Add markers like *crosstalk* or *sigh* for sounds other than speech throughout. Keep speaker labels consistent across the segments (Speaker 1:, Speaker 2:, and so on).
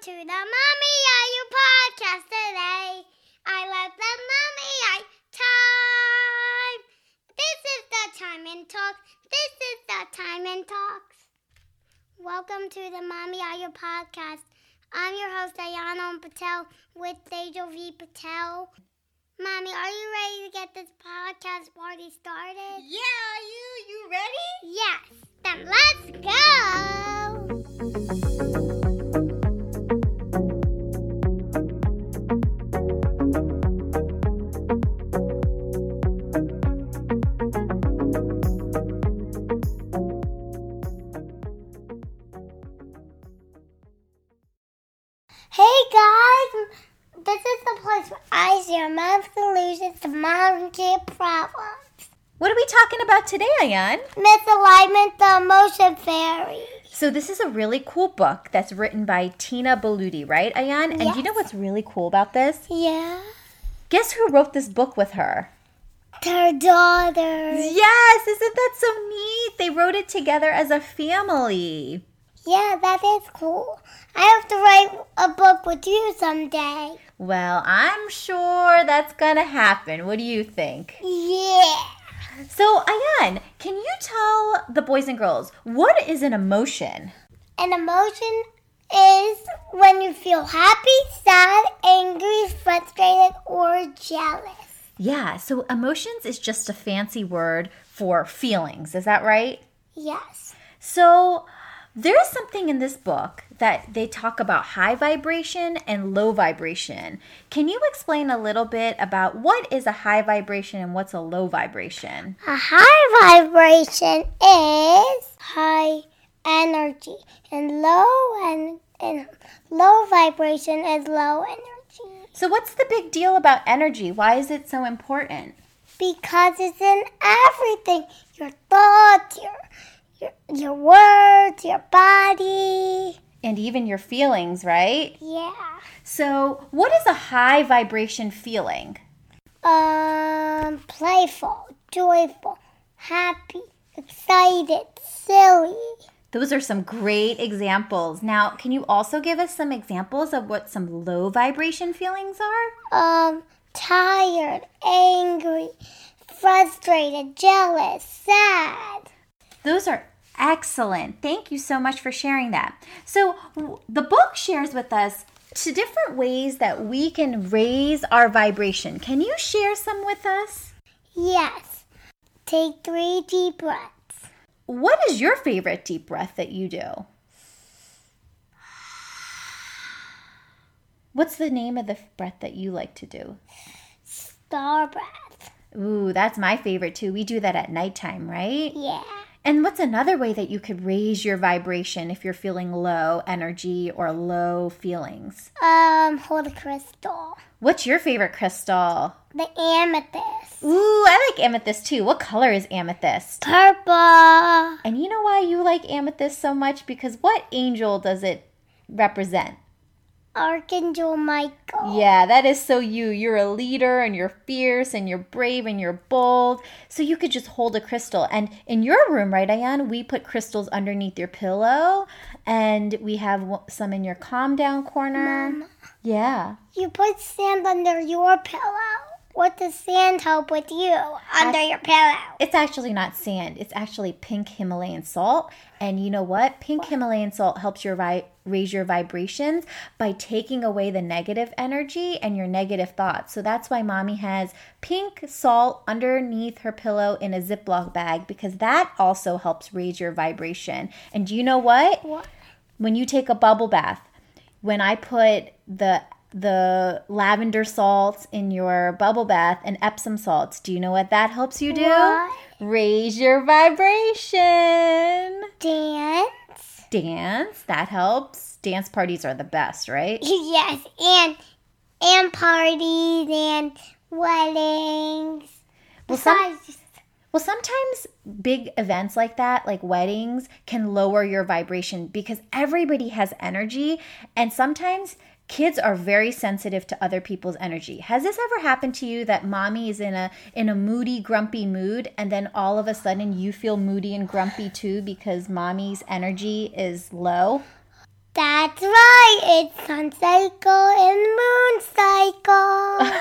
Speaker 1: to the Mommy Yayo podcast today. I love the Mommy Yayo time. This is the time and talks. This is the time and talks. Welcome to the Mommy Yayo podcast. I'm your host Ayana Patel with Tejo V Patel. Mommy, are you ready to get this podcast party started?
Speaker 2: Yeah, are you you ready?
Speaker 1: Yes, then let's go. Hey guys, this is the place where I share my solutions to modern kid problems.
Speaker 2: What are we talking about today, Ayan?
Speaker 1: Misalignment, the emotion fairy.
Speaker 2: So this is a really cool book that's written by Tina Baludi, right, Ayan? And you know what's really cool about this?
Speaker 1: Yeah,
Speaker 2: Guess who wrote this book with her?
Speaker 1: their daughter.
Speaker 2: Yes, isn't that so neat? They wrote it together as a family.
Speaker 1: Yeah, that is cool. I have to write a book with you someday.
Speaker 2: Well, I'm sure that's gonna happen. What do you think?
Speaker 1: Yeah.
Speaker 2: So, Ayan, can you tell the boys and girls what is an emotion?
Speaker 1: An emotion is when you feel happy, sad, angry, frustrated, or jealous.
Speaker 2: Yeah, so emotions is just a fancy word for feelings. Is that right?
Speaker 1: Yes.
Speaker 2: So there is something in this book that they talk about high vibration and low vibration. Can you explain a little bit about what is a high vibration and what's a low vibration?
Speaker 1: A high vibration is high energy, and low and, and low vibration is low energy
Speaker 2: So what's the big deal about energy? Why is it so important?
Speaker 1: because it's in everything: your thoughts, your your, your words, your body.
Speaker 2: And even your feelings, right?
Speaker 1: Yeah.
Speaker 2: So, what is a high vibration feeling?
Speaker 1: Um, playful, joyful, happy, excited, silly.
Speaker 2: Those are some great examples. Now, can you also give us some examples of what some low vibration feelings are?
Speaker 1: Um, tired, angry, frustrated, jealous, sad.
Speaker 2: Those are excellent. Thank you so much for sharing that. So, w- the book shares with us two different ways that we can raise our vibration. Can you share some with us?
Speaker 1: Yes. Take three deep breaths.
Speaker 2: What is your favorite deep breath that you do? What's the name of the f- breath that you like to do?
Speaker 1: Star breath.
Speaker 2: Ooh, that's my favorite too. We do that at nighttime, right?
Speaker 1: Yeah.
Speaker 2: And what's another way that you could raise your vibration if you're feeling low energy or low feelings?
Speaker 1: Um, hold a crystal.
Speaker 2: What's your favorite crystal?
Speaker 1: The amethyst.
Speaker 2: Ooh, I like amethyst too. What color is amethyst?
Speaker 1: Purple.
Speaker 2: And you know why you like amethyst so much? Because what angel does it represent?
Speaker 1: Archangel Michael.
Speaker 2: Yeah, that is so you. You're a leader and you're fierce and you're brave and you're bold. So you could just hold a crystal. And in your room, right, Ayan, we put crystals underneath your pillow and we have w- some in your calm down corner. Yeah.
Speaker 1: You put sand under your pillow. What does sand help with you under your pillow?
Speaker 2: It's actually not sand, it's actually pink Himalayan salt. And you know what? Pink Himalayan salt helps your vi- raise your vibrations by taking away the negative energy and your negative thoughts. So that's why mommy has pink salt underneath her pillow in a Ziploc bag because that also helps raise your vibration. And do you know what?
Speaker 1: What?
Speaker 2: when you take a bubble bath, when I put the the lavender salts in your bubble bath and Epsom salts, do you know what that helps you do?
Speaker 1: What?
Speaker 2: Raise your vibration.
Speaker 1: Dance? *laughs*
Speaker 2: Dance, that helps. Dance parties are the best, right?
Speaker 1: Yes, and and parties and weddings.
Speaker 2: Well, some,
Speaker 1: Besides,
Speaker 2: well, sometimes big events like that, like weddings, can lower your vibration because everybody has energy and sometimes kids are very sensitive to other people's energy. Has this ever happened to you that mommy is in a in a moody, grumpy mood and then all of a sudden you feel moody and grumpy too because mommy's energy is low? *laughs*
Speaker 1: that's right. It's a Sun cycle and moon
Speaker 2: *laughs*
Speaker 1: cycle.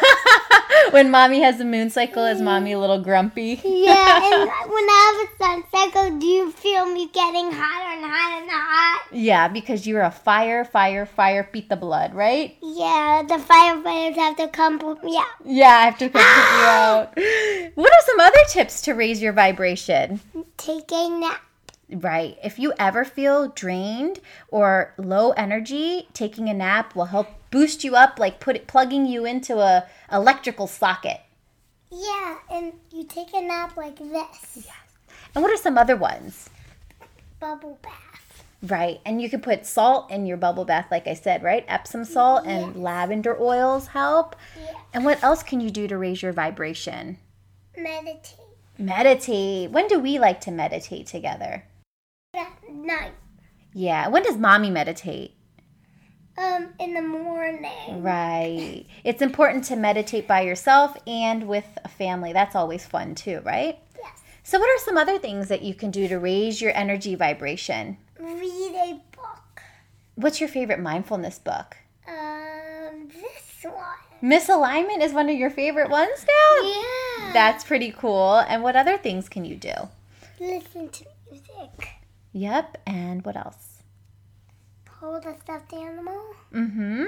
Speaker 2: when mommy has a moon cycle, is mommy a little grumpy?
Speaker 1: *laughs* yeah, and when I have a sun cycle, do you feel me getting hotter and hotter and hot?
Speaker 2: yeah, because you're a fire, fire, fire, beat the blood, right?
Speaker 1: Yeah, the firefighters have to come put me out.
Speaker 2: Yeah, I have to come pick you out. What are some other tips to raise your vibration?
Speaker 1: Take a nap.
Speaker 2: Right. If you ever feel drained or low energy, taking a nap will help boost you up, like put it, plugging you into a electrical socket.
Speaker 1: Yeah, and you take a nap like this.
Speaker 2: And what are some other ones?
Speaker 1: Bubble bath.
Speaker 2: Right. And you can put salt in your bubble bath, like I said, right? Epsom salt and lavender oils help.
Speaker 1: Yeah.
Speaker 2: And what else can you do to raise your vibration?
Speaker 1: Meditate.
Speaker 2: Meditate. When do we like to meditate together?
Speaker 1: At night.
Speaker 2: Yeah. When does mommy meditate?
Speaker 1: Um, in the morning.
Speaker 2: Right. It's important to meditate by yourself and with a family. That's always fun too, right?
Speaker 1: Yes.
Speaker 2: So, what are some other things that you can do to raise your energy vibration?
Speaker 1: Read a book.
Speaker 2: What's your favorite mindfulness book?
Speaker 1: Um, this one.
Speaker 2: Misalignment is one of your favorite ones now?
Speaker 1: Yeah.
Speaker 2: That's pretty cool. And what other things can you do?
Speaker 1: Listen to music.
Speaker 2: Yep. And what else?
Speaker 1: Hold a stuffed animal
Speaker 2: Mm hmm.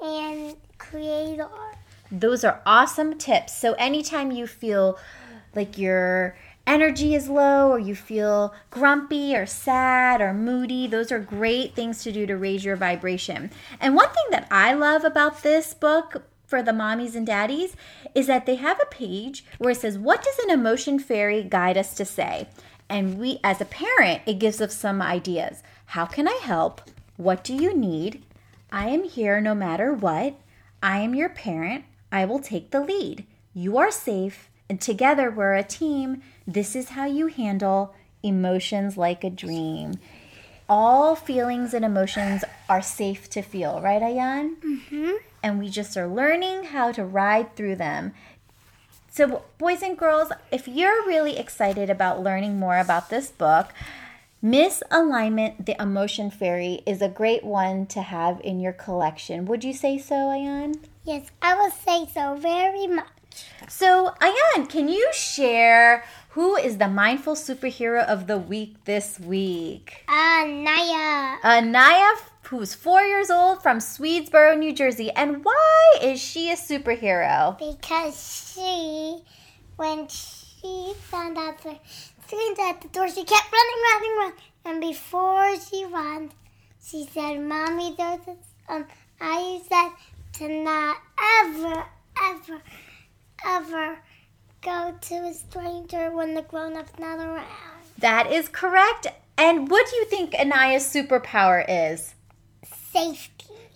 Speaker 1: and create art.
Speaker 2: Those are awesome tips. So, anytime you feel like your energy is low or you feel grumpy or sad or moody, those are great things to do to raise your vibration. And one thing that I love about this book for the mommies and daddies is that they have a page where it says, What does an emotion fairy guide us to say? And we, as a parent, it gives us some ideas. How can I help? What do you need? I am here no matter what. I am your parent. I will take the lead. You are safe, and together we're a team. This is how you handle emotions like a dream. All feelings and emotions are safe to feel, right, Ayan? Mm-hmm. And we just are learning how to ride through them. So, boys and girls, if you're really excited about learning more about this book, Misalignment, the emotion fairy, is a great one to have in your collection. Would you say so, Ayan?
Speaker 1: Yes, I will say so very much.
Speaker 2: So, Ayan, can you share who is the mindful superhero of the week this week?
Speaker 1: Ah, Naya.
Speaker 2: Anaya, who's four years old from Swedesboro, New Jersey. And why is she a superhero?
Speaker 1: Because she, when she found out the screens at the door, she kept running, running, running. And before she ran, she said, Mommy, there's this, um, I said to not ever, ever, ever go to a stranger when the grown up's not around.
Speaker 2: That is correct. And what do you think Anaya's superpower is?
Speaker 1: Safety.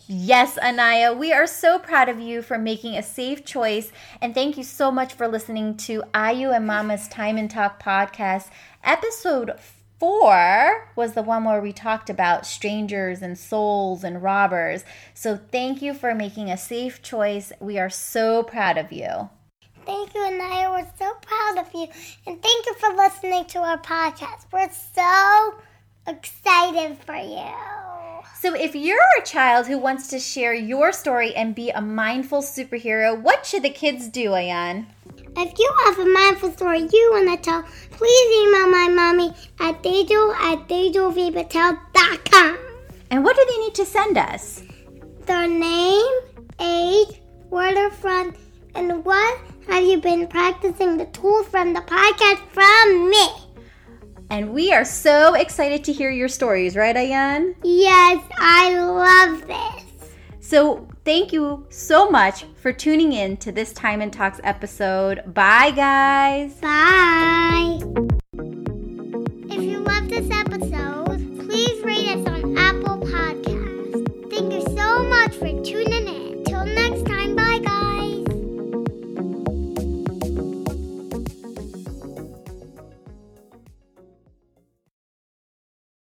Speaker 2: Yes, Anaya, we are so proud of you for making a safe choice. And thank you so much for listening to IU and Mama's Time and Talk podcast. Episode four was the one where we talked about strangers and souls and robbers. So thank you for making a safe choice. We are so proud of you.
Speaker 1: Thank you, Anaya. We're so proud of you. And thank you for listening to our podcast. We're so excited for you.
Speaker 2: So, if you're a child who wants to share your story and be a mindful superhero, what should the kids do, Ayan?
Speaker 1: If you have a mindful story you want to tell, please email my mommy at dejo at dejovipatel.com.
Speaker 2: And what do they need to send us?
Speaker 1: Their name, age, word or front, and what have you been practicing the tools from the podcast from me?
Speaker 2: And we are so excited to hear your stories, right, Ayan?
Speaker 1: Yes, I love this.
Speaker 2: So, thank you so much for tuning in to this Time and Talks episode. Bye, guys.
Speaker 1: Bye.